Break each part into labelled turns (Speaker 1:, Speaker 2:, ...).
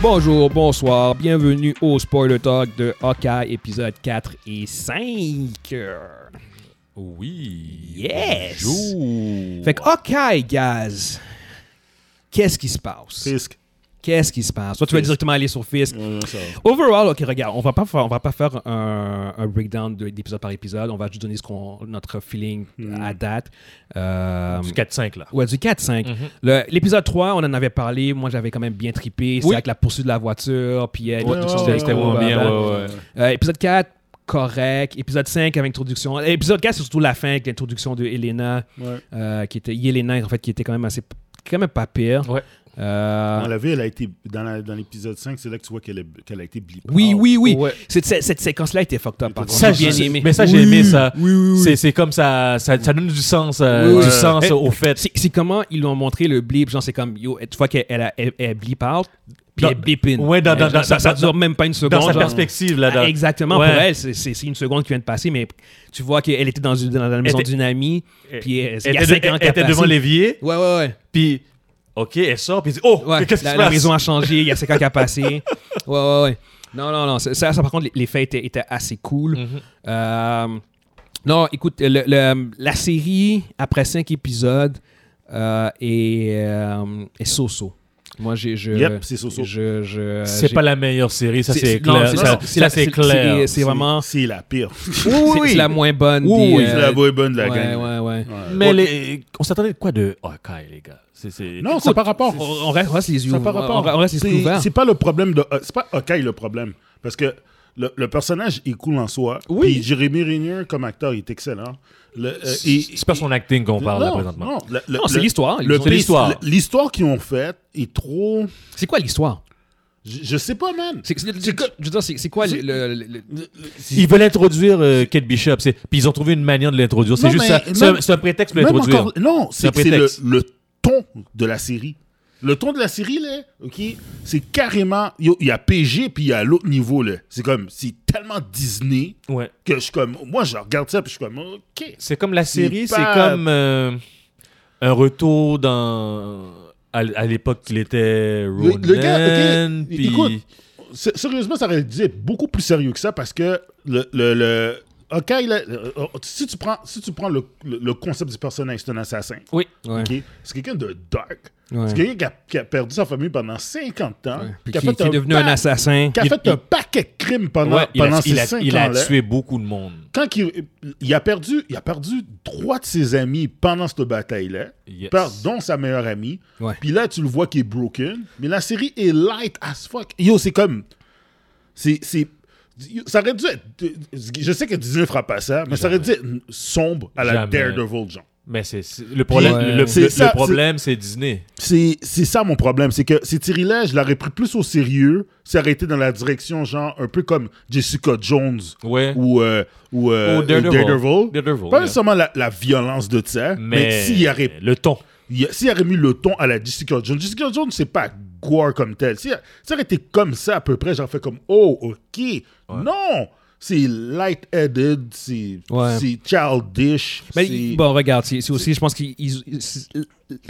Speaker 1: Bonjour, bonsoir, bienvenue au Spoiler Talk de Hawkeye, épisode 4 et 5.
Speaker 2: Oui.
Speaker 1: Yes!
Speaker 2: Bonjour.
Speaker 1: Fait que Hawkeye, Gaz, qu'est-ce qui se passe?
Speaker 3: Fisk.
Speaker 1: Qu'est-ce qui se passe? Toi, tu vas
Speaker 3: Fisk.
Speaker 1: directement aller sur Fisk.
Speaker 3: Euh, ça.
Speaker 1: Overall, ok, regarde, on va pas faire, on va pas faire un, un breakdown de- d'épisode par épisode. On va juste donner ce qu'on, notre feeling
Speaker 2: Hmm.
Speaker 1: à date. Euh,
Speaker 2: Du 4-5, là.
Speaker 1: Ouais, du 4-5.
Speaker 2: Mhm.
Speaker 1: Le- L'épisode 3, on en avait parlé. Moi, j'avais quand même bien trippé. C'est
Speaker 2: Oui.
Speaker 1: avec la poursuite de la voiture. Puis euh,
Speaker 3: Ouais,
Speaker 1: tout
Speaker 3: ouais,
Speaker 1: ça,
Speaker 3: ouais,
Speaker 1: c'était
Speaker 3: ouais,
Speaker 1: vraiment
Speaker 3: ouais,
Speaker 1: bien,
Speaker 3: ouais,
Speaker 1: ouais.
Speaker 3: ouais.
Speaker 1: Euh, épisode 4, correct. Épisode 5, avec introduction. Euh, Épisode 4, c'est surtout la fin, avec l'introduction de Elena,
Speaker 3: Ouais.
Speaker 1: euh, qui était Yelena, en fait, qui était quand même assez. quand même pas pire.
Speaker 2: Ouais.
Speaker 1: Euh,
Speaker 3: Dans la vie, elle a été. Dans, la- dans l'épisode 5, c'est là que tu vois qu'elle est- qu'elle a été blippée.
Speaker 1: oui, oui, oui,
Speaker 2: Ouais.
Speaker 1: Cette, cette- cette séquence-là était fucked up. par contre.
Speaker 3: Ça,
Speaker 1: J'ai
Speaker 2: j'ai-
Speaker 1: bien aimé.
Speaker 2: Mais ça,
Speaker 1: Oui.
Speaker 2: j'ai aimé ça.
Speaker 3: Oui, oui, oui.
Speaker 2: C'est- C'est comme ça, ça, ça donne du sens, euh,
Speaker 1: Oui, oui.
Speaker 2: du sens
Speaker 1: Eh,
Speaker 2: au fait.
Speaker 1: C'est c'est comment ils l'ont montré le blip. Genre, c'est comme, yo, tu vois qu'elle elle, a- elle- elle blip out, puis
Speaker 2: Dans-
Speaker 1: elle blip in.
Speaker 2: ouais, dans- dans-
Speaker 1: Genre, ça,
Speaker 2: dans-
Speaker 1: ça
Speaker 2: dans-
Speaker 1: dure même pas une seconde.
Speaker 2: Dans sa
Speaker 1: genre.
Speaker 2: perspective, là.
Speaker 1: Ah,
Speaker 2: dans-
Speaker 1: Exactement,
Speaker 2: Ouais.
Speaker 1: pour elle, c'est- c'est c'est une seconde qui vient de passer, mais tu vois qu'elle était dans, une- dans la maison
Speaker 2: était-
Speaker 1: d'une amie,
Speaker 2: Elle-
Speaker 1: puis elle, il
Speaker 2: Elle
Speaker 1: y a
Speaker 2: était,
Speaker 1: cinq ans
Speaker 2: elle
Speaker 1: qu'elle
Speaker 2: était
Speaker 1: passait.
Speaker 2: devant l'évier,
Speaker 1: Ouais, ouais, ouais.
Speaker 2: puis... OK, elle sort, puis elle dit « Oh,
Speaker 1: Ouais,
Speaker 2: qu'est-ce qui
Speaker 1: la,
Speaker 2: se
Speaker 1: la
Speaker 2: passe?
Speaker 1: maison a changé, il y a 5 ans qui a passé. Ouais, ouais, ouais. Non, non, non. Ça, ça, par contre, les- les faits étaient, étaient assez cool.
Speaker 2: Mhm.
Speaker 1: Euh, non, écoute, le- le- la série, après 5 épisodes, euh, est, euh, est so-so. Moi, j'ai. je-
Speaker 3: Yep, c'est so-so.
Speaker 1: je- je-
Speaker 2: C'est
Speaker 1: j'ai-
Speaker 2: pas la meilleure série, ça, c'est
Speaker 1: non,
Speaker 2: clair.
Speaker 1: c'est-
Speaker 2: Ça,
Speaker 1: c'est-
Speaker 2: ça, c'est clair.
Speaker 1: c'est vraiment.
Speaker 3: C'est la pire.
Speaker 1: C'est c'est la moins bonne.
Speaker 2: Oui,
Speaker 1: des,
Speaker 2: oui,
Speaker 1: euh,
Speaker 3: c'est la boy bonne de la
Speaker 1: ouais,
Speaker 3: gang.
Speaker 1: ouais, ouais.
Speaker 3: Ouais.
Speaker 2: Mais les- on s'attendait de quoi de Hawkeye, les gars? C'est- c'est-
Speaker 3: Non, ça n'a pas rapport.
Speaker 1: On, on reste, on reste les yeux
Speaker 3: Ça n'a pas
Speaker 1: ouverts.
Speaker 3: rapport.
Speaker 1: On, on reste les yeux
Speaker 3: C'est
Speaker 1: ouverts.
Speaker 3: c'est pas le problème de. euh, C'est pas OK le problème. Parce que le, le personnage est cool en soi.
Speaker 1: Oui.
Speaker 3: Puis Jérémy Régnier, comme acteur, il est excellent. Le, euh, et-
Speaker 2: C'est pas son acting qu'on parle, là,
Speaker 3: non,
Speaker 2: présentement.
Speaker 3: Non, le- le-
Speaker 1: Non, c'est
Speaker 3: le-
Speaker 1: l'histoire. Ils
Speaker 3: le
Speaker 1: ont-
Speaker 2: c'est
Speaker 3: pace-
Speaker 2: l'histoire.
Speaker 3: le- L'histoire qu'ils ont faite est trop.
Speaker 1: C'est quoi l'histoire
Speaker 3: Je, je sais pas, man.
Speaker 1: C'est- c'est- c'est- Je veux dire, c'est c'est quoi le- le- le- le-
Speaker 2: Ils veulent introduire euh, Kate Bishop, c'est- puis ils ont trouvé une manière de l'introduire. C'est
Speaker 3: Non,
Speaker 2: juste
Speaker 3: mais
Speaker 2: ça.
Speaker 3: même-
Speaker 2: C'est un- C'est un prétexte pour
Speaker 3: Même
Speaker 2: l'introduire.
Speaker 3: encore- non,
Speaker 2: C'est un
Speaker 3: c'est que c'est le,
Speaker 2: prétexte.
Speaker 3: le ton de la série. Le ton de la série, là, OK, c'est carrément. yo, Il y a PG, puis il y a l'autre niveau, là. C'est comme. C'est tellement Disney
Speaker 2: Ouais.
Speaker 3: que je suis comme. Moi, je regarde ça, puis je suis comme. OK.
Speaker 2: C'est comme la série,
Speaker 3: C'est
Speaker 2: c'est
Speaker 3: pas-
Speaker 2: comme euh, un retour dans à, l- à l'époque qu'il était Ronan.
Speaker 3: le gars, ok,
Speaker 2: puis-
Speaker 3: écoute. S- Sérieusement, ça aurait dû être beaucoup plus sérieux que ça parce que le. le, le- OK, là, euh, euh, si tu prends, si tu prends le, le- le concept du personnage, c'est un assassin.
Speaker 2: Oui.
Speaker 1: Ouais.
Speaker 3: OK? C'est quelqu'un de dark.
Speaker 1: Ouais.
Speaker 3: C'est quelqu'un qui a, qui a perdu sa famille pendant 50 ans.
Speaker 1: Puis
Speaker 3: qui a
Speaker 1: qui,
Speaker 3: fait
Speaker 1: qui est devenu un
Speaker 3: pa-
Speaker 1: assassin.
Speaker 3: qui a
Speaker 2: Il-
Speaker 3: fait
Speaker 2: il-
Speaker 3: un paquet de crimes pendant,
Speaker 2: Ouais, il
Speaker 3: pendant
Speaker 2: a,
Speaker 3: ces
Speaker 2: il a-
Speaker 3: cinq
Speaker 2: il a
Speaker 3: ans-là.
Speaker 2: tué beaucoup de monde.
Speaker 3: Quand il, il a perdu, il a perdu trois de ses amis pendant cette bataille-là,
Speaker 2: Yes.
Speaker 3: par- dont sa meilleure amie.
Speaker 1: Ouais.
Speaker 3: Puis là, tu le vois qui est broken. Mais la série est light as fuck. Yo, c'est comme. C'est. c'est- yo, Ça aurait dû être. Je sais que Disney fera pas ça, mais ça aurait dû être sombre à la
Speaker 2: Jamais.
Speaker 3: Daredevil, genre.
Speaker 2: Mais c'est c'est- le problème,
Speaker 1: Ouais.
Speaker 2: le, le-
Speaker 3: C'est
Speaker 2: le
Speaker 3: ça,
Speaker 2: problème, c'est Disney.
Speaker 3: C'est c'est ça mon problème. C'est que ces séries-là, je l'aurais pris plus au sérieux si elle était dans la direction, genre, un peu comme Jessica Jones
Speaker 2: Ouais.
Speaker 3: ou, euh, ou, euh,
Speaker 2: Ou Daredevil.
Speaker 3: Daredevil.
Speaker 2: Daredevil,
Speaker 3: Pas
Speaker 2: yeah.
Speaker 3: nécessairement la, la violence de ça, mais,
Speaker 2: Mais
Speaker 3: s'il y aurait,
Speaker 2: le ton.
Speaker 3: il y a- s'il y aurait mis le ton à la Jessica Jones. Jessica Jones, c'est pas gore comme tel. Si ça aurait été comme ça à peu près, j'en fais comme oh, ok. Non! C'est light-headed, c'est
Speaker 1: Ouais.
Speaker 3: c'est childish.
Speaker 1: Mais
Speaker 3: c'est-
Speaker 1: Ben, bon, regarde, c'est c'est aussi, je pense qu'ils. ils- c'est-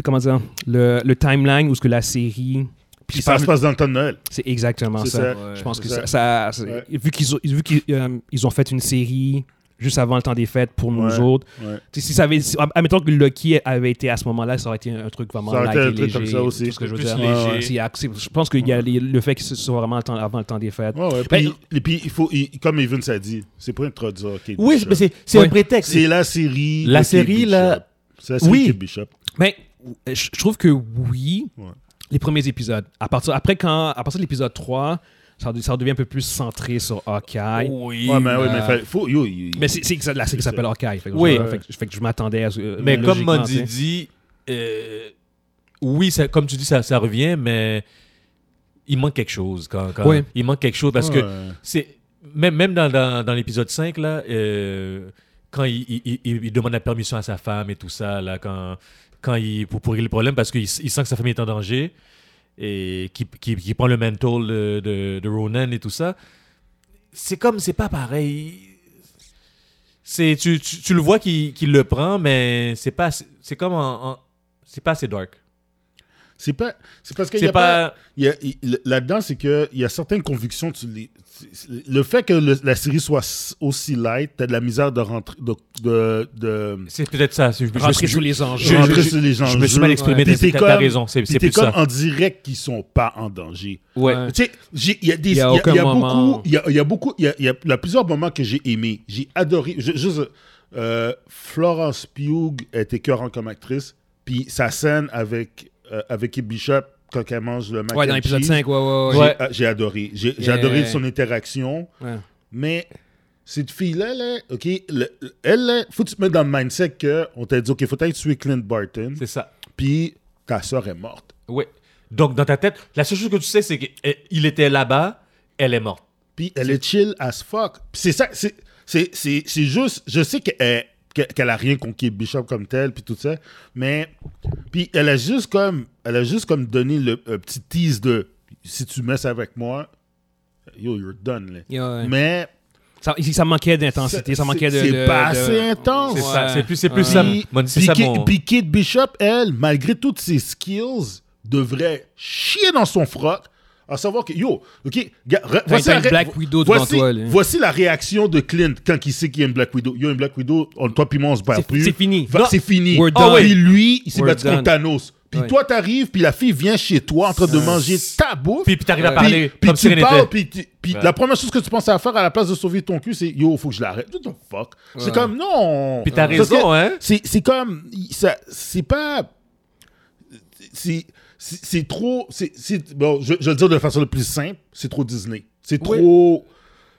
Speaker 1: Comment dire Le, le timeline où ce que la série.
Speaker 3: Puis
Speaker 1: je
Speaker 3: ça
Speaker 1: parle-
Speaker 3: se passe dans le temps de Noël.
Speaker 1: C'est exactement
Speaker 3: C'est
Speaker 1: ça.
Speaker 3: ça.
Speaker 1: Je pense que
Speaker 3: C'est
Speaker 1: ça. ça- c'est-
Speaker 3: Ouais.
Speaker 1: Vu qu'ils ont, vu qu'ils, euh, ils ont fait une série juste avant le temps des fêtes pour nous
Speaker 3: Ouais.
Speaker 1: autres.
Speaker 3: Ouais.
Speaker 1: Tu sais, Si ça avait, si- ah, admettons que Lucky avait été à ce moment-là, ça aurait été un truc vraiment
Speaker 3: Ça aurait été
Speaker 1: light
Speaker 3: un
Speaker 1: et
Speaker 3: truc comme
Speaker 1: léger,
Speaker 3: ça aussi.
Speaker 1: tout ce que je veux
Speaker 2: Plus
Speaker 1: dire.
Speaker 2: léger.
Speaker 1: Ouais, ouais. C'est axé- Je pense qu'il y a les- le fait que ce soit vraiment le temps- avant le temps des fêtes.
Speaker 3: Ouais, ouais.
Speaker 1: Ben,
Speaker 3: Puis, et puis, il faut, il- comme Evans a dit, c'est pour introduire Kate
Speaker 2: Oui,
Speaker 3: Bishop.
Speaker 2: mais c'est c'est
Speaker 1: Ouais.
Speaker 2: un prétexte.
Speaker 3: C'est la série.
Speaker 2: La
Speaker 3: de Kate
Speaker 2: série,
Speaker 3: Bishop.
Speaker 2: là-
Speaker 3: C'est la série
Speaker 2: Oui.
Speaker 3: de Kate Bishop.
Speaker 1: Ben, je je trouve que oui,
Speaker 3: Ouais.
Speaker 1: les premiers épisodes. À partir, après, quand, à partir de l'épisode 3, ça, re- ça redevient un peu plus centré sur Hawkeye.
Speaker 2: Oui.
Speaker 3: Ouais, mais, ouais, mais
Speaker 1: euh,
Speaker 3: fa- faut. Yo, yo-
Speaker 1: Mais c'est c'est que ça- la série s'appelle Hawkeye. Fait que
Speaker 2: Oui.
Speaker 1: je, fait que- fait que je m'attendais à ce. euh,
Speaker 2: Mais comme
Speaker 1: logiquement,
Speaker 2: m'a
Speaker 1: tu sais.
Speaker 2: dit, dit, euh, oui, ça- comme tu dis, ça, ça revient, mais il manque quelque chose. Quand, quand-
Speaker 1: Oui.
Speaker 2: Il manque quelque chose parce que
Speaker 3: Ouais.
Speaker 2: c'est même, même dans, dans- dans l'épisode 5, là, euh, quand il, il- il- il- il demande la permission à sa femme et tout ça, là, quand, quand il, pour, pour régler le problème, parce qu'il s- il sent que sa famille est en danger et qu'il qu'il- qu'il prend le mental de, de- de Ronan et tout ça, c'est comme, c'est pas pareil. C'est, tu, tu, tu le vois qu'il qu'il le prend, mais c'est pas, assez- c'est comme en- en- c'est pas assez dark.
Speaker 3: C'est pas. C'est parce que.
Speaker 2: C'est
Speaker 3: y a
Speaker 2: pas-
Speaker 3: il y a- il- le- Là-dedans, c'est qu'il y a certaines convictions. Tu les, tu- le fait que le- la série soit s- aussi light, t'as de la misère de rentrer. De, de, de-
Speaker 2: C'est peut-être ça. c'est- je- je-
Speaker 1: Rentrer
Speaker 2: je-
Speaker 1: sous les enjeux.
Speaker 2: je- je-
Speaker 3: rentrer
Speaker 2: je-
Speaker 3: sur les gens.
Speaker 2: je me suis mal exprimé, t'as- t'as- t'as raison, c'est- c'est
Speaker 3: t'es
Speaker 2: plus
Speaker 3: comme
Speaker 2: ça.
Speaker 3: en direct qu'ils sont pas en danger.
Speaker 1: Ouais.
Speaker 3: Tu sais, j'ai- il y a des,
Speaker 1: Il
Speaker 3: il
Speaker 1: y
Speaker 3: y
Speaker 1: a
Speaker 3: a,
Speaker 1: aucun
Speaker 3: il y a
Speaker 1: moment.
Speaker 3: beaucoup, il y a, il y a beaucoup, il y a, il y a- il y a plusieurs moments que j'ai aimé. J'ai adoré. Je- Juste, euh, Florence Pugh est écœurante comme actrice. Puis sa scène avec euh, avec Kate Bishop quand elle mange le mac
Speaker 1: Ouais,
Speaker 3: and
Speaker 1: dans l'épisode
Speaker 3: cheese,
Speaker 1: 5, ouais, ouais, ouais.
Speaker 3: j'ai-
Speaker 2: Ouais.
Speaker 3: ah, J'ai adoré. J'ai j'ai
Speaker 1: Yeah.
Speaker 3: adoré son interaction.
Speaker 1: Ouais.
Speaker 3: Mais cette fille-là, là, OK, le- le- elle, là, faut que tu te mettes dans le mindset que on t'a dit, OK, faut que tu tuer Clint Barton,
Speaker 2: C'est ça.
Speaker 3: puis ta soeur est morte.
Speaker 2: Ouais. Donc, dans ta tête, la seule chose que tu sais, c'est qu'il était là-bas, elle est morte.
Speaker 3: Puis elle est chill as fuck. Puis c'est ça, c'est- c'est c'est- c'est juste, je sais qu'elle que- qu'elle a rien conquis Bishop comme tel, puis tout ça, mais puis elle a juste comme, elle a juste comme donné le euh, petit tease de si tu messes avec moi, yo, you're done. là.
Speaker 1: Yeah, ouais.
Speaker 3: Mais
Speaker 1: Ça, ça manquait d'intensité, ça
Speaker 3: C'est-
Speaker 1: manquait de.
Speaker 3: c'est
Speaker 1: de-
Speaker 3: pas
Speaker 1: de-
Speaker 3: assez intense.
Speaker 2: C'est ça.
Speaker 1: Ouais.
Speaker 2: C'est plus, c'est plus
Speaker 1: Ouais.
Speaker 2: ça.
Speaker 3: Puis,
Speaker 2: mon- c'est
Speaker 3: puis
Speaker 2: ça
Speaker 3: Kate-
Speaker 2: mon-
Speaker 3: puis Kate Bishop, elle, malgré toutes ses skills, devrait chier dans son froc. À savoir que, yo, OK, gars, re- voici,
Speaker 1: t'as
Speaker 3: la
Speaker 1: une
Speaker 3: ré-
Speaker 1: Black Widow devant
Speaker 3: voici,
Speaker 1: toi, là.
Speaker 3: voici la réaction de Clint quand il sait qu'il y a une Black Widow. Yo, une Black Widow, on, toi puis moi, on se bat
Speaker 1: C'est-
Speaker 3: plus.
Speaker 1: c'est fini.
Speaker 3: Va-
Speaker 1: Non.
Speaker 3: C'est fini.
Speaker 1: We're
Speaker 2: done.
Speaker 3: Puis lui, il s'est
Speaker 1: We're
Speaker 3: battu contre
Speaker 1: done.
Speaker 3: Thanos. Puis
Speaker 1: Ouais. Ah.
Speaker 3: toi, t'arrives, puis la fille vient chez toi en train de
Speaker 1: Ouais.
Speaker 3: manger ta bouffe.
Speaker 2: Puis, puis t'arrives à
Speaker 1: Ouais.
Speaker 2: parler
Speaker 3: Puis- puis
Speaker 2: comme si
Speaker 3: tu
Speaker 2: rien
Speaker 3: parles,
Speaker 2: n'était.
Speaker 3: puis, tu- puis
Speaker 2: Ouais.
Speaker 3: la première chose que tu penses à faire à la place de sauver ton cul, c'est yo, faut que je l'arrête. What the fuck?
Speaker 1: Ouais.
Speaker 3: C'est comme non.
Speaker 2: Puis t'as
Speaker 3: Parce
Speaker 2: raison,
Speaker 3: que
Speaker 2: hein.
Speaker 3: C'est c'est comme il- ça, c'est pas, c'est c'est c'est trop. C'est c'est- bon, je, je vais le dire de façon la plus simple, c'est trop Disney. C'est
Speaker 1: Oui.
Speaker 3: trop.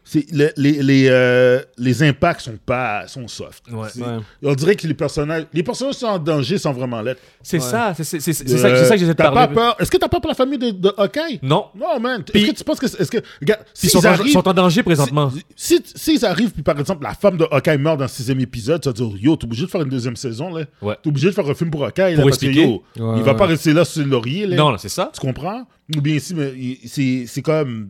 Speaker 3: c'est- le- les, les, euh, les impacts sont pas sont soft.
Speaker 2: Ouais.
Speaker 3: C'est-
Speaker 1: Ouais.
Speaker 3: On dirait que les personnages, les personnages sont en danger sans vraiment l'être.
Speaker 2: C'est
Speaker 1: Ouais.
Speaker 2: ça. C'est c'est- c'est- c'est ça,
Speaker 3: Euh,
Speaker 2: c'est ça que j'essaie de
Speaker 3: t'as
Speaker 2: parler.
Speaker 3: pas peur- Est-ce que t'as peur pour la famille de, de Hawkeye?
Speaker 2: Non.
Speaker 3: Non, man.
Speaker 2: Puis-
Speaker 3: Est-ce que tu penses que. Est-ce que. Regarde,
Speaker 2: Ils
Speaker 3: s'ils
Speaker 2: sont, en-
Speaker 3: arrivent.
Speaker 2: sont en danger présentement.
Speaker 3: si- Si, s'ils arrivent, puis par exemple, la femme de Hawkeye meurt dans le sixième épisode, tu vas dire, yo, t'es obligé de faire une deuxième saison, là.
Speaker 2: Ouais.
Speaker 3: T'es obligé de faire un film pour Hawkeye, là,
Speaker 2: Pour
Speaker 3: parce que,
Speaker 2: expliquer.
Speaker 3: yo,
Speaker 1: Ouais,
Speaker 3: il va
Speaker 1: ouais.
Speaker 3: pas rester là sur le laurier, là.
Speaker 2: Non, là, c'est ça.
Speaker 3: Tu comprends? Ou bien si, mais il- c'est c'est comme.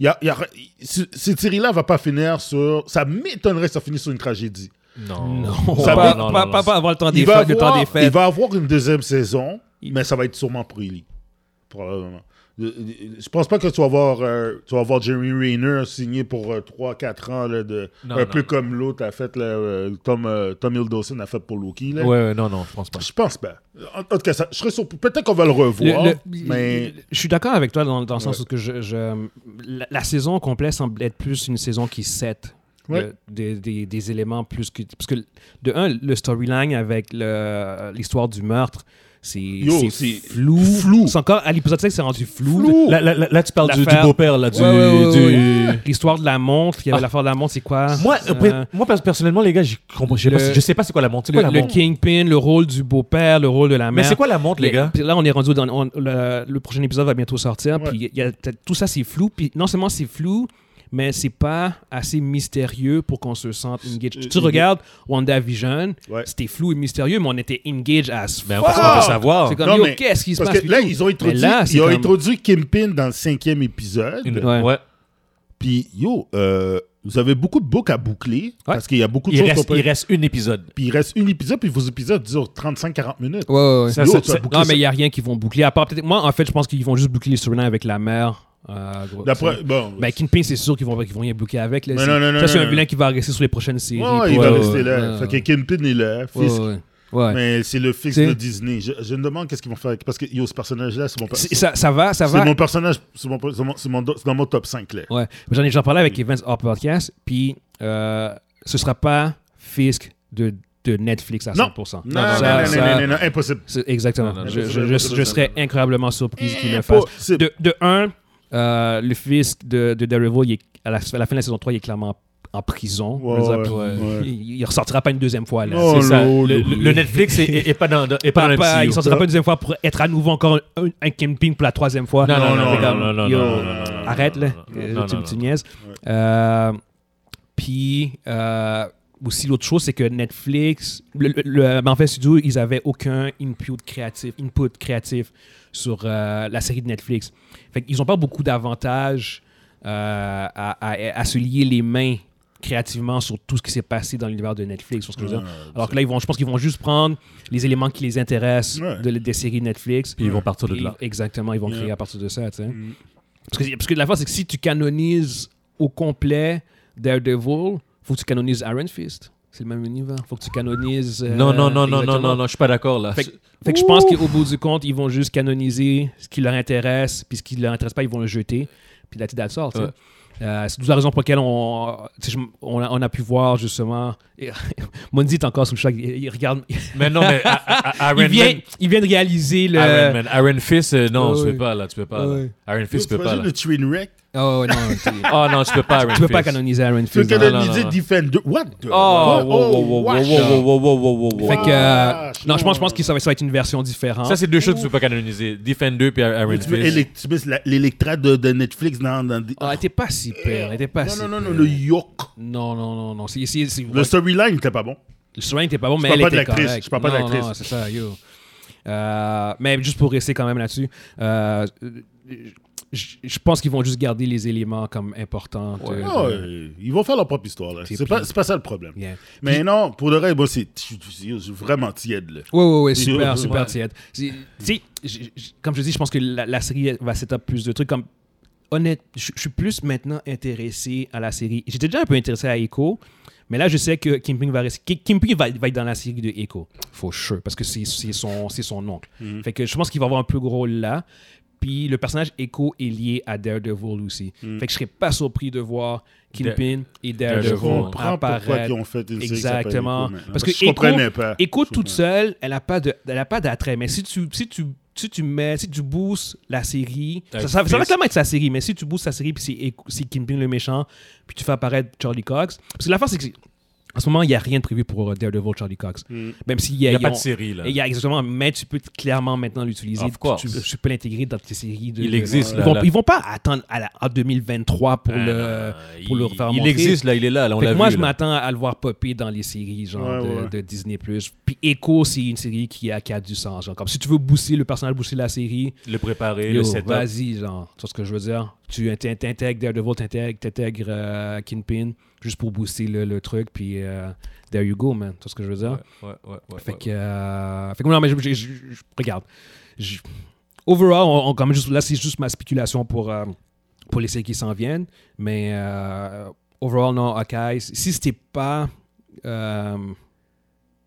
Speaker 3: il Y a, il y a- ce- cette série-là va pas finir sur. Ça m'étonnerait que ça finisse sur une tragédie.
Speaker 2: Non.
Speaker 1: Non,
Speaker 3: Ça
Speaker 1: pas,
Speaker 3: va-
Speaker 2: non,
Speaker 1: pas-
Speaker 2: non,
Speaker 1: pas-
Speaker 2: non.
Speaker 1: pas avoir le temps Ah, des
Speaker 3: il, va
Speaker 1: fêtes, le temps
Speaker 3: avoir,
Speaker 1: des
Speaker 3: il
Speaker 1: fêtes.
Speaker 3: va avoir une deuxième saison, mais ça va être sûrement pour Ellie. Probablement. Le- le- Je pense pas que tu vas voir, euh, tu vas voir Jeremy Rayner signé pour 3-4 ans, là, de,
Speaker 2: Non,
Speaker 3: un
Speaker 2: non.
Speaker 3: peu comme l'autre a fait, là, euh, Tom, euh, Tom Hiddleston a fait pour Loki. là.
Speaker 2: Ouais, ouais, non, non, je pense pas.
Speaker 3: Je pense pas. En, en tout cas, ça- je serais surpris. Peut-être qu'on va le revoir,
Speaker 1: Le- le-
Speaker 3: mais
Speaker 1: Je suis d'accord avec toi dans, dans le sens
Speaker 3: Ouais.
Speaker 1: où que je, je- la, la saison complète semble être plus une saison qui set le-
Speaker 3: Ouais.
Speaker 1: des, des- des éléments plus que. Parce que, de un, le storyline avec le- l'histoire du meurtre, c'est
Speaker 3: Yo,
Speaker 1: c'est
Speaker 3: c'est
Speaker 1: flou.
Speaker 3: flou.
Speaker 1: C'est encore, à l'épisode 5, c'est rendu flou.
Speaker 3: Flou.
Speaker 2: Là, là, là, là, tu parles du, du
Speaker 1: L'affaire-
Speaker 2: beau-père, là, du.
Speaker 1: Ouais, ouais, ouais,
Speaker 2: du-
Speaker 1: ouais. L'histoire de la montre, il y avait
Speaker 2: Ah.
Speaker 1: l'affaire de la montre, c'est quoi
Speaker 2: Moi,
Speaker 1: Euh,
Speaker 2: euh, moi, pers- personnellement, les gars, j'y comprends- je sais pas
Speaker 1: Le-
Speaker 2: si- je sais pas c'est quoi la montre. C'est
Speaker 1: le,
Speaker 2: quoi la
Speaker 1: le
Speaker 2: montre?
Speaker 1: kingpin, le rôle du beau-père, le rôle de la
Speaker 2: Mais
Speaker 1: mère.
Speaker 2: c'est quoi la montre, les
Speaker 1: Mais-
Speaker 2: gars?
Speaker 1: puis Là, on est rendu dans. on- le, le prochain épisode va bientôt sortir.
Speaker 3: Ouais.
Speaker 1: Puis il y a- t- tout ça, c'est flou. Puis non seulement c'est flou, mais c'est pas assez mystérieux pour qu'on se sente engaged.
Speaker 3: Euh,
Speaker 1: tu
Speaker 3: euh,
Speaker 1: regardes WandaVision,
Speaker 3: Ouais.
Speaker 1: c'était flou et mystérieux, mais on était engaged as
Speaker 2: Mais Ben, on
Speaker 1: fuck.
Speaker 2: peut pas savoir.
Speaker 1: C'est comme,
Speaker 3: Non,
Speaker 1: yo,
Speaker 3: mais-
Speaker 1: qu'est-ce qui se
Speaker 3: parce
Speaker 1: passe?
Speaker 3: que là,
Speaker 1: Puis
Speaker 3: ils ont introduit,
Speaker 1: là, c'est
Speaker 3: ils ont
Speaker 1: comme-
Speaker 3: introduit Kimpin dans le cinquième épisode.
Speaker 2: Une-
Speaker 1: Ouais.
Speaker 2: ouais.
Speaker 3: Puis, yo, euh, vous avez beaucoup de boucs à boucler, parce qu'il y a beaucoup de
Speaker 2: Il
Speaker 3: choses
Speaker 2: reste,
Speaker 3: qu'on peut-
Speaker 2: il reste un épisode.
Speaker 3: Puis il reste un épisode, puis vos épisodes durent 35-40 minutes.
Speaker 1: Ouais, ouais, ouais.
Speaker 2: Ça,
Speaker 3: Yo,
Speaker 2: ça-
Speaker 3: tu vas
Speaker 2: ça-
Speaker 3: boucler
Speaker 1: Non,
Speaker 3: ça.
Speaker 1: mais il n'y a rien qu'ils vont boucler. À part peut-être. Moi, en fait, je pense qu'ils vont juste boucler les storylines avec la mère. euh, gros.
Speaker 3: D'après, bon,
Speaker 1: Ben, Kingpin, c'est sûr qu'ils vont, qu'ils vont rien boucler avec. Là,
Speaker 3: Mais
Speaker 1: C'est-
Speaker 3: non, non, non,
Speaker 1: ça, c'est
Speaker 3: non,
Speaker 1: un
Speaker 3: non.
Speaker 1: vilain qui va rester sur les prochaines séries.
Speaker 3: ouais,
Speaker 1: puis-
Speaker 3: il
Speaker 1: ouais,
Speaker 3: va
Speaker 1: ouais,
Speaker 3: rester
Speaker 1: ouais,
Speaker 3: là.
Speaker 1: ouais,
Speaker 3: fait que Kingpin est là,
Speaker 1: ouais,
Speaker 3: Fisk.
Speaker 1: ouais, ouais.
Speaker 3: Mais c'est le fils
Speaker 1: C'est-
Speaker 3: de Disney. Je, je me demande qu'est-ce qu'ils vont faire avec. Parce que yo, ce personnage-là, c'est mon, per-
Speaker 1: C'est- Ça, ça va, ça
Speaker 3: c'est
Speaker 1: va.
Speaker 3: mon personnage. C'est mon, c'est mon- c'est mon do- c'est dans mon top 5. Là.
Speaker 1: Ouais. Mais J'en ai déjà parlé avec les Vince Hard Podcast, puis euh, ce sera pas Fisk de, de Netflix à
Speaker 3: Non.
Speaker 1: 100%.
Speaker 3: Non,
Speaker 1: Ça-
Speaker 3: non, non, non,
Speaker 1: ça-
Speaker 3: non, non, non, impossible.
Speaker 1: c'est- Exactement.
Speaker 2: Non, non,
Speaker 1: je,
Speaker 3: non,
Speaker 1: je-
Speaker 3: non,
Speaker 1: je-
Speaker 3: non,
Speaker 1: je
Speaker 3: non,
Speaker 1: serait
Speaker 3: non, non.
Speaker 1: incroyablement
Speaker 3: Eh,
Speaker 1: surpris qu'il le fasse.
Speaker 3: Impossible.
Speaker 1: De, de un, euh, le Fisk de, de Daredevil, il est- à, la, à la fin de la saison 3, il est clairement en prison.
Speaker 3: Ouais,
Speaker 1: Je veux dire,
Speaker 3: ouais,
Speaker 1: puis
Speaker 3: ouais.
Speaker 1: Il, il ressortira pas une deuxième fois. Là.
Speaker 3: Oh,
Speaker 2: C'est ça.
Speaker 3: lolo.
Speaker 2: Le, le- le Netflix est, est- est pas dans, dans- est pas
Speaker 1: Pas-
Speaker 2: dans
Speaker 1: pas-
Speaker 2: MCU.
Speaker 1: il sortira pas une deuxième fois pour être à nouveau encore un, un camping pour la troisième fois.
Speaker 2: Non, non,
Speaker 3: Non,
Speaker 2: non,
Speaker 3: Oh, non,
Speaker 2: non,
Speaker 1: regarde,
Speaker 2: non, non,
Speaker 1: yo,
Speaker 2: non, non, non, non,
Speaker 1: Arrête, là.
Speaker 2: non,
Speaker 1: Euh,
Speaker 2: non,
Speaker 1: tu,
Speaker 2: non,
Speaker 1: tu
Speaker 2: non.
Speaker 1: niaises. Euh, Puis, euh, aussi, l'autre chose, c'est que Netflix, le, le- le- en fait, studio, ils avaient aucun input créatif, input créatif sur euh, la série de Netflix. Fait qu'ils n'ont pas beaucoup d'avantages euh, à, à- à se lier les mains créativement sur tout ce qui s'est passé dans l'univers de Netflix. sur ce que je veux dire.
Speaker 3: Ouais,
Speaker 1: Alors que là, ils vont, je pense qu'ils vont juste prendre les éléments qui les intéressent
Speaker 3: Ouais.
Speaker 1: de- des séries Netflix.
Speaker 2: Puis ils vont partir de
Speaker 1: Puis,
Speaker 2: là.
Speaker 1: Exactement, ils vont
Speaker 3: Yeah.
Speaker 1: créer à partir de ça. tu sais.
Speaker 3: Mm.
Speaker 1: Parce, que, parce que de la fois, c'est que si tu canonises au complet Daredevil, faut que tu canonises Iron Fist. C'est le même univers. faut que tu canonises. euh,
Speaker 2: Non, non, non, non, non,
Speaker 1: exactement.
Speaker 2: non, non, je suis pas d'accord là.
Speaker 1: Fait, que- fait que je pense qu'au bout du compte, ils vont juste canoniser ce qui leur intéresse, puis ce qui leur intéresse pas, ils vont le jeter. Puis la tête sort. tu sais.
Speaker 2: Ouais.
Speaker 1: Euh, c'est toute la raison pour laquelle on, tu sais, je- on, a, on a pu voir justement. Mondi est encore sous le choc. Il, il regarde.
Speaker 2: Mais non, mais à- à- à- Iron
Speaker 1: il, vient,
Speaker 2: Man.
Speaker 1: il vient de réaliser le.
Speaker 2: Iron Man. Iron Fist, euh, non,
Speaker 1: Ouais,
Speaker 2: tu
Speaker 1: ouais.
Speaker 2: peux pas là, tu peux pas. là.
Speaker 1: Ouais.
Speaker 2: Iron
Speaker 3: Tu
Speaker 2: Fist, tu peux pas
Speaker 3: imagines
Speaker 2: là.
Speaker 3: le train wreck.
Speaker 1: Oh, ouais, non, tu,
Speaker 2: Oh non, tu peux pas Iron
Speaker 1: tu peux pas
Speaker 2: Fist.
Speaker 1: canoniser Iron
Speaker 3: Tu veux
Speaker 1: Fist.
Speaker 3: qu'elle
Speaker 1: non.
Speaker 2: non, non,
Speaker 3: lisait
Speaker 2: non.
Speaker 3: Defender. What the?
Speaker 2: Oh,
Speaker 3: What?
Speaker 2: wow, wow, wow, wow,
Speaker 3: what the-
Speaker 2: wow, wow, wow, wow, wow, wow.
Speaker 1: Fait que, euh,
Speaker 3: Wesh,
Speaker 1: non, je pense, je
Speaker 3: Ah, non.
Speaker 1: pense que ça va, ça va être une version différente.
Speaker 2: Ça, c'est deux choses que tu peux pas canoniser. Defender puis Iron
Speaker 3: Tu mets
Speaker 2: Fist.
Speaker 3: élec- tu mets la- l'électra de, de Netflix dans. dans des- Oh.
Speaker 1: Ah, elle était pas si pire. Elle était pas si
Speaker 3: Euh, non, non, non,
Speaker 1: pire.
Speaker 3: non, le yok.
Speaker 1: Non, non, non, non. C'est, c'est, c'est-
Speaker 3: Le storyline n'était pas bon.
Speaker 1: Le swing n'était pas bon, mais
Speaker 3: parle
Speaker 1: elle
Speaker 3: pas de
Speaker 1: était
Speaker 3: l'actrice,
Speaker 1: correcte.
Speaker 3: je parle pas de
Speaker 1: Non,
Speaker 3: l'actrice.
Speaker 1: Non, c'est ça, yo. Euh, mais juste pour rester quand même là-dessus, euh, je je pense qu'ils vont juste garder les éléments comme importants. de-
Speaker 3: Non, euh, ils vont faire leur propre histoire. là.
Speaker 1: C'est
Speaker 3: C'est pas,
Speaker 1: pire.
Speaker 3: c'est pas ça le problème.
Speaker 1: Yeah.
Speaker 3: Mais non, pour le reste, bon, c'est je- je- je suis vraiment tiède. Là.
Speaker 1: Ouais, ouais, ouais,
Speaker 3: Sur-
Speaker 1: super,
Speaker 3: ouais.
Speaker 1: super tiède. C'est- Tu sais, j- j- comme je dis, je pense que la, la série va set up plus de trucs. Comme, honnête, je je suis plus maintenant intéressé à la série. J'étais déjà un peu intéressé à Echo, mais là, je sais que Kimping va, rester- Ki- Kingpin va, va être dans la série de Echo. For sure, parce que c'est c'est son, c'est son oncle.
Speaker 3: Mhm.
Speaker 1: Fait que je pense qu'il va avoir un plus gros rôle là. Puis le personnage Echo est lié à Daredevil aussi.
Speaker 3: Mhm.
Speaker 1: Fait que je serais pas surpris de voir Kingpin et
Speaker 2: Je
Speaker 3: Je
Speaker 1: Daredevil
Speaker 2: comprends
Speaker 3: comprends pourquoi
Speaker 1: apparaître
Speaker 3: ils ont fait une série qui s'appelle
Speaker 1: Exactement.
Speaker 3: Echo maintenant.
Speaker 1: Parce que
Speaker 3: je comprenais pas.
Speaker 1: Écoute
Speaker 3: Je
Speaker 1: toute
Speaker 3: comprends.
Speaker 1: seule, elle n'a pas de, elle a pas d'attrait. Mais si tu, si tu, si tu mets, si tu boostes la série, ça,
Speaker 2: Avec
Speaker 1: ça- ça va
Speaker 2: Fist.
Speaker 1: clairement être sa série. Mais si tu boostes sa série puis c'est Éco- c'est Kingpin le méchant, puis tu fais apparaître Charlie Cox, parce que la c'est que c'est- en ce moment il n'y a rien de prévu pour euh, Daredevil Charlie Cox. Même s'il y
Speaker 2: Mm. Il
Speaker 1: a,
Speaker 2: n'y a
Speaker 1: ils
Speaker 2: pas de
Speaker 1: ont-
Speaker 2: série là.
Speaker 1: il y a exactement, mais tu peux clairement maintenant l'utiliser.
Speaker 2: Of course.
Speaker 1: Tu, tu- tu peux l'intégrer dans tes séries. de-
Speaker 2: Il
Speaker 1: de-
Speaker 2: existe,
Speaker 1: Ils,
Speaker 2: là,
Speaker 1: vont,
Speaker 2: là.
Speaker 1: ils vont pas attendre à, la- à 2023 pour
Speaker 2: Ah,
Speaker 1: le
Speaker 2: non,
Speaker 1: pour le
Speaker 2: il-
Speaker 1: faire
Speaker 2: Il
Speaker 1: montrer.
Speaker 2: existe là, il est là, là, on
Speaker 1: Fait que
Speaker 2: l'a vu.
Speaker 1: moi, je
Speaker 2: là.
Speaker 1: m'attends à le voir popper dans les séries genre
Speaker 3: Ouais,
Speaker 1: de,
Speaker 3: ouais.
Speaker 1: de Disney+. Puis Echo, c'est une série qui a, qui a du sens. Genre. Comme si tu veux booster le personnage, booster la série,
Speaker 2: Le préparer,
Speaker 1: yo,
Speaker 2: le setup.
Speaker 1: vas-y, genre. Tu vois ce que je veux dire? Tu int- t'intègres Daredevil, t'intègres, t'intègres euh, Kingpin, juste pour booster le, le truc, puis euh, there you go, man. Tu vois ce que je veux dire?
Speaker 2: Ouais, ouais, ouais,
Speaker 1: Fait
Speaker 2: ouais.
Speaker 1: que... euh, fait que non, mais je, je- je- je- regarde. Je- overall, on, on- quand même, juste, là, c'est juste ma spéculation pour, euh, pour les séries qui s'en viennent. Mais euh, overall, non, Hawkeye, si c'était pas... euh,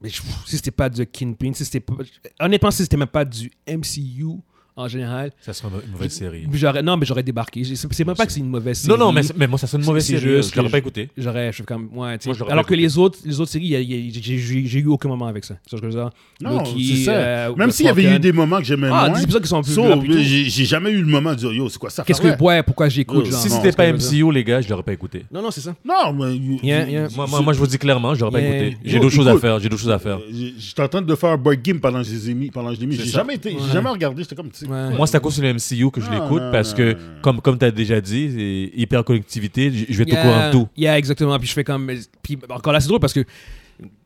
Speaker 1: mais je- si c'était pas du Kingpin, si c'était pas... Honnêtement, si c'était même pas du MCU en général,
Speaker 2: Ça sera une mauvaise série.
Speaker 1: j'aurais, non, mais j'aurais débarqué. J'ai- C'est c'est même pas que c'est une mauvaise série.
Speaker 2: Non, non, mais, mais moi, ça sonne une mauvaise
Speaker 1: C'est
Speaker 2: série. euh,
Speaker 1: juste
Speaker 2: Je l'aurais
Speaker 1: que
Speaker 2: pas
Speaker 1: je-
Speaker 2: écouté.
Speaker 1: J'aurais, je suis comme, ouais, tu sais.
Speaker 2: Moi, je l'aurais
Speaker 1: Alors
Speaker 2: pas
Speaker 1: que les autres, les autres séries, il y a- il y a- j'ai- j'ai j'ai eu aucun moment avec ça. C'est ce que je veux dire.
Speaker 3: Non,
Speaker 1: Loki,
Speaker 3: c'est ça.
Speaker 1: euh,
Speaker 3: Même s'il y avait eu
Speaker 1: Falcon.
Speaker 3: des moments que j'aimais
Speaker 1: Ah,
Speaker 3: moins.
Speaker 1: des épisodes qui sont plus
Speaker 3: so,
Speaker 1: longs plutôt.
Speaker 3: j'ai j'ai jamais eu le moment de dire yo, c'est quoi ça?
Speaker 1: Qu'est-ce
Speaker 3: Farrell?
Speaker 1: que ouais, pourquoi j'écoute
Speaker 3: Euh,
Speaker 1: genre
Speaker 2: Si
Speaker 3: non,
Speaker 2: c'était
Speaker 1: c'est
Speaker 2: pas
Speaker 1: comme ça.
Speaker 2: MCU, les gars, je l'aurais pas écouté.
Speaker 1: Non non, c'est ça.
Speaker 3: Non, mais. you-
Speaker 1: Yeah,
Speaker 3: you-
Speaker 1: yeah.
Speaker 2: Moi, moi, moi, je vous dis clairement, je l'aurais pas
Speaker 1: Yeah.
Speaker 2: écouté. J'ai
Speaker 3: Yo,
Speaker 2: d'autres choses à
Speaker 3: écoute.
Speaker 2: faire. J'ai d'autres choses à faire.
Speaker 3: Euh, j- J'étais en train de faire un board game pendant que je les ai mis. Pendant que je les ai mis.
Speaker 2: C'est
Speaker 3: J'ai
Speaker 2: ça.
Speaker 3: jamais, été- j'ai
Speaker 1: Ouais.
Speaker 3: jamais regardé. J'étais comme. tu sais,
Speaker 1: Ouais.
Speaker 2: Moi, c'est à cause de MCU que je
Speaker 3: Non,
Speaker 2: l'écoute
Speaker 3: non,
Speaker 2: parce
Speaker 3: non,
Speaker 2: que,
Speaker 3: non.
Speaker 2: comme, comme tu as déjà dit, c'est hyper connectivité, je je vais être
Speaker 1: Yeah,
Speaker 2: au courant de tout.
Speaker 1: Yeah, exactement. Puis je fais comme puis encore là c'est drôle parce que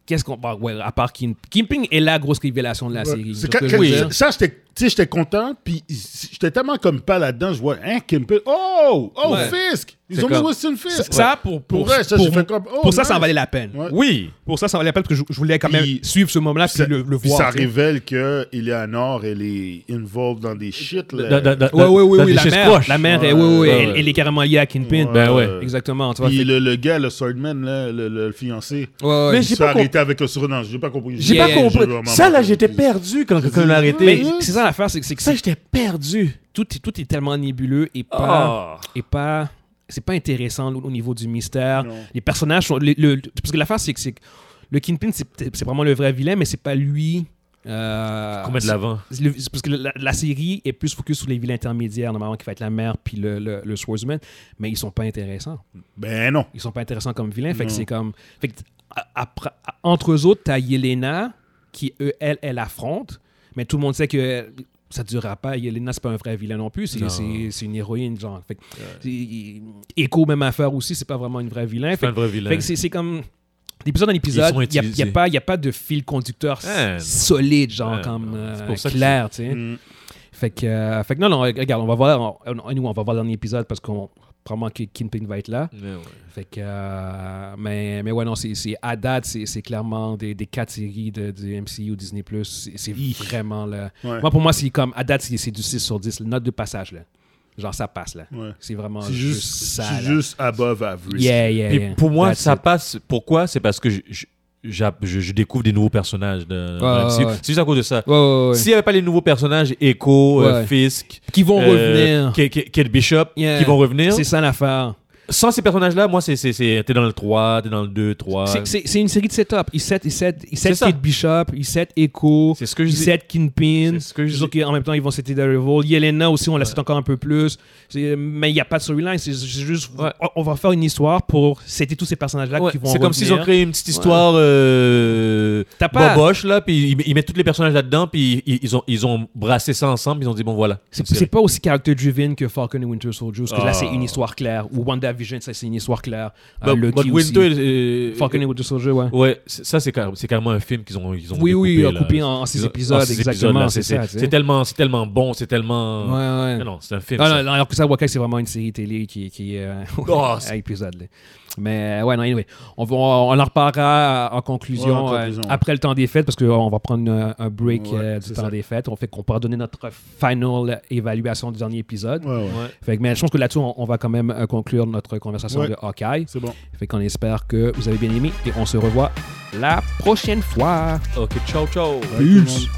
Speaker 1: qu'est-ce qu'on bah, ouais, à part Kim Kimping est la grosse révélation de la
Speaker 3: Ouais.
Speaker 1: série.
Speaker 3: C'est
Speaker 1: Tu vois
Speaker 3: quand-
Speaker 1: ce que
Speaker 3: quand-
Speaker 1: je veux dire?
Speaker 3: ça, j'étais, tu sais, j'étais content, puis j'étais tellement comme pas là-dedans, je vois, hein, Kimpel, oh, oh,
Speaker 1: Ouais.
Speaker 3: Fisk, ils
Speaker 2: C'est
Speaker 3: ont mis
Speaker 2: comme-
Speaker 3: Wilson Fisk.
Speaker 1: Ça pour pour
Speaker 3: Pour vrai, ça, j'ai fait comme, oh,
Speaker 1: pour ça ça en
Speaker 3: nice.
Speaker 1: valait la peine.
Speaker 3: Ouais.
Speaker 2: Oui!
Speaker 1: Pour ça ça en valait la peine parce que je, je voulais quand même
Speaker 3: Puis-
Speaker 1: suivre ce moment-là puis
Speaker 3: Ça-
Speaker 1: le, le
Speaker 3: puis
Speaker 1: voir.
Speaker 3: ça
Speaker 1: tu sais.
Speaker 3: révèle que Eleanor, elle est involved dans des shit, là.
Speaker 2: Da- da- da-
Speaker 1: Ouais,
Speaker 2: da-
Speaker 1: ouais, ouais,
Speaker 2: da-
Speaker 1: oui,
Speaker 2: des
Speaker 1: la
Speaker 2: choses
Speaker 1: mère,
Speaker 2: proches.
Speaker 1: la mère,
Speaker 3: Ouais.
Speaker 1: est- ouais, ouais,
Speaker 2: Ouais,
Speaker 1: elle,
Speaker 2: ouais.
Speaker 1: elle est carrément liée à Kingpin.
Speaker 3: Ouais.
Speaker 2: Ben ouais.
Speaker 1: Exactement. Tu vois,
Speaker 3: Puis
Speaker 1: fait-
Speaker 3: le, le gars, le Swordman, là, le, le- le fiancé,
Speaker 1: Ouais, ouais.
Speaker 2: Mais
Speaker 3: il
Speaker 2: j'ai
Speaker 3: s'est
Speaker 2: pas
Speaker 3: arrêté avec le surnom, j'ai pas compris.
Speaker 2: J'ai
Speaker 1: Yeah,
Speaker 2: pas
Speaker 1: yeah,
Speaker 2: compris.
Speaker 3: j'ai vraiment
Speaker 2: Ça, là,
Speaker 3: manqué
Speaker 2: j'étais
Speaker 3: le-
Speaker 2: perdu quand quand on l'a
Speaker 1: Mais
Speaker 2: arrêté.
Speaker 1: c'est ça l'affaire, c'est que- c'est que
Speaker 2: Ça,
Speaker 1: c'est-
Speaker 2: j'étais perdu.
Speaker 1: tout, est- tout est tellement nébuleux et pas.
Speaker 2: Ah.
Speaker 1: et pas c'est pas intéressant au, au niveau du mystère
Speaker 3: Non.
Speaker 1: les personnages sont le, le- parce que l'affaire c'est que c'est que le Kingpin c'est peut-être- c'est vraiment le vrai vilain mais c'est pas lui euh,
Speaker 2: Combien de l'avant?
Speaker 1: c'est- le- c'est parce que la, la série est plus focus sur les vilains intermédiaires normalement qui va être la mère puis le, le, le Swordsman mais ils sont pas intéressants
Speaker 3: Ben non.
Speaker 1: ils sont pas intéressants comme vilains. Fait que
Speaker 3: Non.
Speaker 1: c'est comme. Fait que, à- après- à- entre eux autres, t'as Yelena qui, eux, elle, elle affronte, mais tout le monde sait que ça durera pas. Yelena, c'est pas un vrai vilain non plus. C'est-
Speaker 2: Non.
Speaker 1: C'est c'est une héroïne, genre. Fait que, c'est- Echo, même affaire aussi, c'est pas vraiment une vraie vilain.
Speaker 2: C'est pas
Speaker 1: Fait,
Speaker 2: un vrai
Speaker 1: que-
Speaker 2: vilain.
Speaker 1: fait que c'est c'est comme. D'épisode en
Speaker 2: Ils
Speaker 1: épisode,
Speaker 2: sont
Speaker 1: il n'y a,
Speaker 2: utilisés.
Speaker 1: pas- y a pas de fil conducteur
Speaker 2: Hein.
Speaker 1: solide, genre,
Speaker 2: Hein.
Speaker 1: comme euh,
Speaker 2: C'est pour ça que
Speaker 1: clair, tu sais.
Speaker 3: Mm.
Speaker 1: Fait que, euh, fait que non, non, regarde, on va voir, on, on- nous, on va voir le dernier épisode parce qu'on probablement que Kingpin va être là.
Speaker 2: Mais ouais.
Speaker 1: Fait que, euh, mais, mais ouais, non, c'est, c'est- à date, c'est, c'est clairement des, des quatre séries de, du MCU ou Disney+. C'est, c'est vraiment là.
Speaker 3: Ouais.
Speaker 1: Moi, pour moi, c'est comme, à date, c'est, c'est du 6 sur 10. Note de passage, là. Genre, ça passe, là.
Speaker 3: Ouais.
Speaker 1: C'est vraiment
Speaker 3: C'est
Speaker 1: juste,
Speaker 3: juste,
Speaker 1: ça,
Speaker 3: c'est
Speaker 1: là.
Speaker 3: juste above average.
Speaker 1: Yeah, yeah,
Speaker 2: Puis
Speaker 1: yeah.
Speaker 2: pour moi,
Speaker 1: That's
Speaker 2: ça
Speaker 1: it.
Speaker 2: passe. Pourquoi C'est parce que je, je- j'a- je- je découvre des nouveaux personnages. de- dans
Speaker 1: Ouais,
Speaker 2: la
Speaker 1: ouais,
Speaker 2: MCU.
Speaker 1: ouais.
Speaker 2: C'est juste à cause de ça.
Speaker 1: Ouais, ouais, ouais.
Speaker 2: S'il n'y avait pas les nouveaux personnages, Echo, euh,
Speaker 1: Ouais.
Speaker 2: Fisk,
Speaker 1: Qui vont
Speaker 2: euh,
Speaker 1: revenir.
Speaker 2: Ke- Ke- Kate Bishop,
Speaker 1: Yeah.
Speaker 2: qui vont revenir,
Speaker 1: C'est ça l'affaire.
Speaker 2: sans ces personnages-là, moi, c'est, c'est, c'est- t'es dans le 3, t'es dans le 2, 3.
Speaker 1: C'est- C'est c'est une série de setup. Ils set, ils set, ils set
Speaker 2: C'est ça.
Speaker 1: Kate Bishop, ils set Echo,
Speaker 2: C'est ce que je
Speaker 1: ils
Speaker 2: dis.
Speaker 1: set Kingpin.
Speaker 2: C'est ce que je
Speaker 1: sûr
Speaker 2: dis.
Speaker 1: qu'en même temps, ils vont setter Daredevil. Yelena aussi, on la set encore un peu plus. C'est- Mais il n'y a pas de storyline. C'est c'est juste,
Speaker 2: Ouais.
Speaker 1: on- on va faire une histoire pour setter tous ces personnages-là
Speaker 2: Ouais,
Speaker 1: qui vont
Speaker 2: c'est comme
Speaker 1: revenir.
Speaker 2: s'ils ont créé une petite histoire euh,
Speaker 1: T'as pas-
Speaker 2: boboche, là, puis ils, ils mettent tous les personnages là-dedans, puis ils, ils ont, ils ont brassé ça ensemble, ils ont dit, bon, voilà.
Speaker 1: C'est
Speaker 2: une série.
Speaker 1: c'est pas aussi character driven que Falcon et Winter Soldier, parce que là
Speaker 2: Ah.
Speaker 1: c'est une histoire claire. Ou WandaVision, ça c'est une histoire claire. Euh,
Speaker 2: But-
Speaker 1: Loki
Speaker 2: but
Speaker 1: aussi.
Speaker 2: Winter, euh,
Speaker 1: Falcon et Winter Soldier, ouais.
Speaker 2: Ouais, c'est- ça c'est carré- c'est carrément un film qu'ils ont ils ont
Speaker 1: Oui, oui,
Speaker 2: découpé,
Speaker 1: euh,
Speaker 2: là.
Speaker 1: coupé en- en six
Speaker 2: Ils ont-
Speaker 1: épisodes,
Speaker 2: six
Speaker 1: exactement,
Speaker 2: épisodes, là.
Speaker 1: c'est ça, tu sais.
Speaker 2: C'est tellement c'est tellement bon, c'est tellement
Speaker 1: Ouais, ouais.
Speaker 2: Non, non, c'est un film.
Speaker 1: Ah,
Speaker 2: ça.
Speaker 1: non, non, alors que ça, Wakai, c'est vraiment une série télé qui, qui est euh,
Speaker 2: Oh, c'est-
Speaker 1: à épisode. là. Mais euh, ouais, non, anyway. On, va, on en reparlera euh, en
Speaker 3: Ouais,
Speaker 1: conclusion
Speaker 3: en
Speaker 1: euh,
Speaker 3: conclusion.
Speaker 1: après le temps des fêtes parce qu'on va prendre euh, un break
Speaker 3: Ouais,
Speaker 1: euh, du
Speaker 3: c'est
Speaker 1: temps
Speaker 3: ça.
Speaker 1: des fêtes. On fait qu'on pourra donner notre final évaluation du dernier épisode.
Speaker 3: Ouais, ouais.
Speaker 1: Fait que, mais je pense que là-dessus, on, on va quand même euh, conclure notre conversation
Speaker 3: Ouais.
Speaker 1: de Hawkeye.
Speaker 3: C'est bon.
Speaker 1: Fait qu'on espère que vous avez bien aimé et on se revoit la prochaine fois.
Speaker 2: OK, ciao ciao.
Speaker 3: Ouais, tout le monde.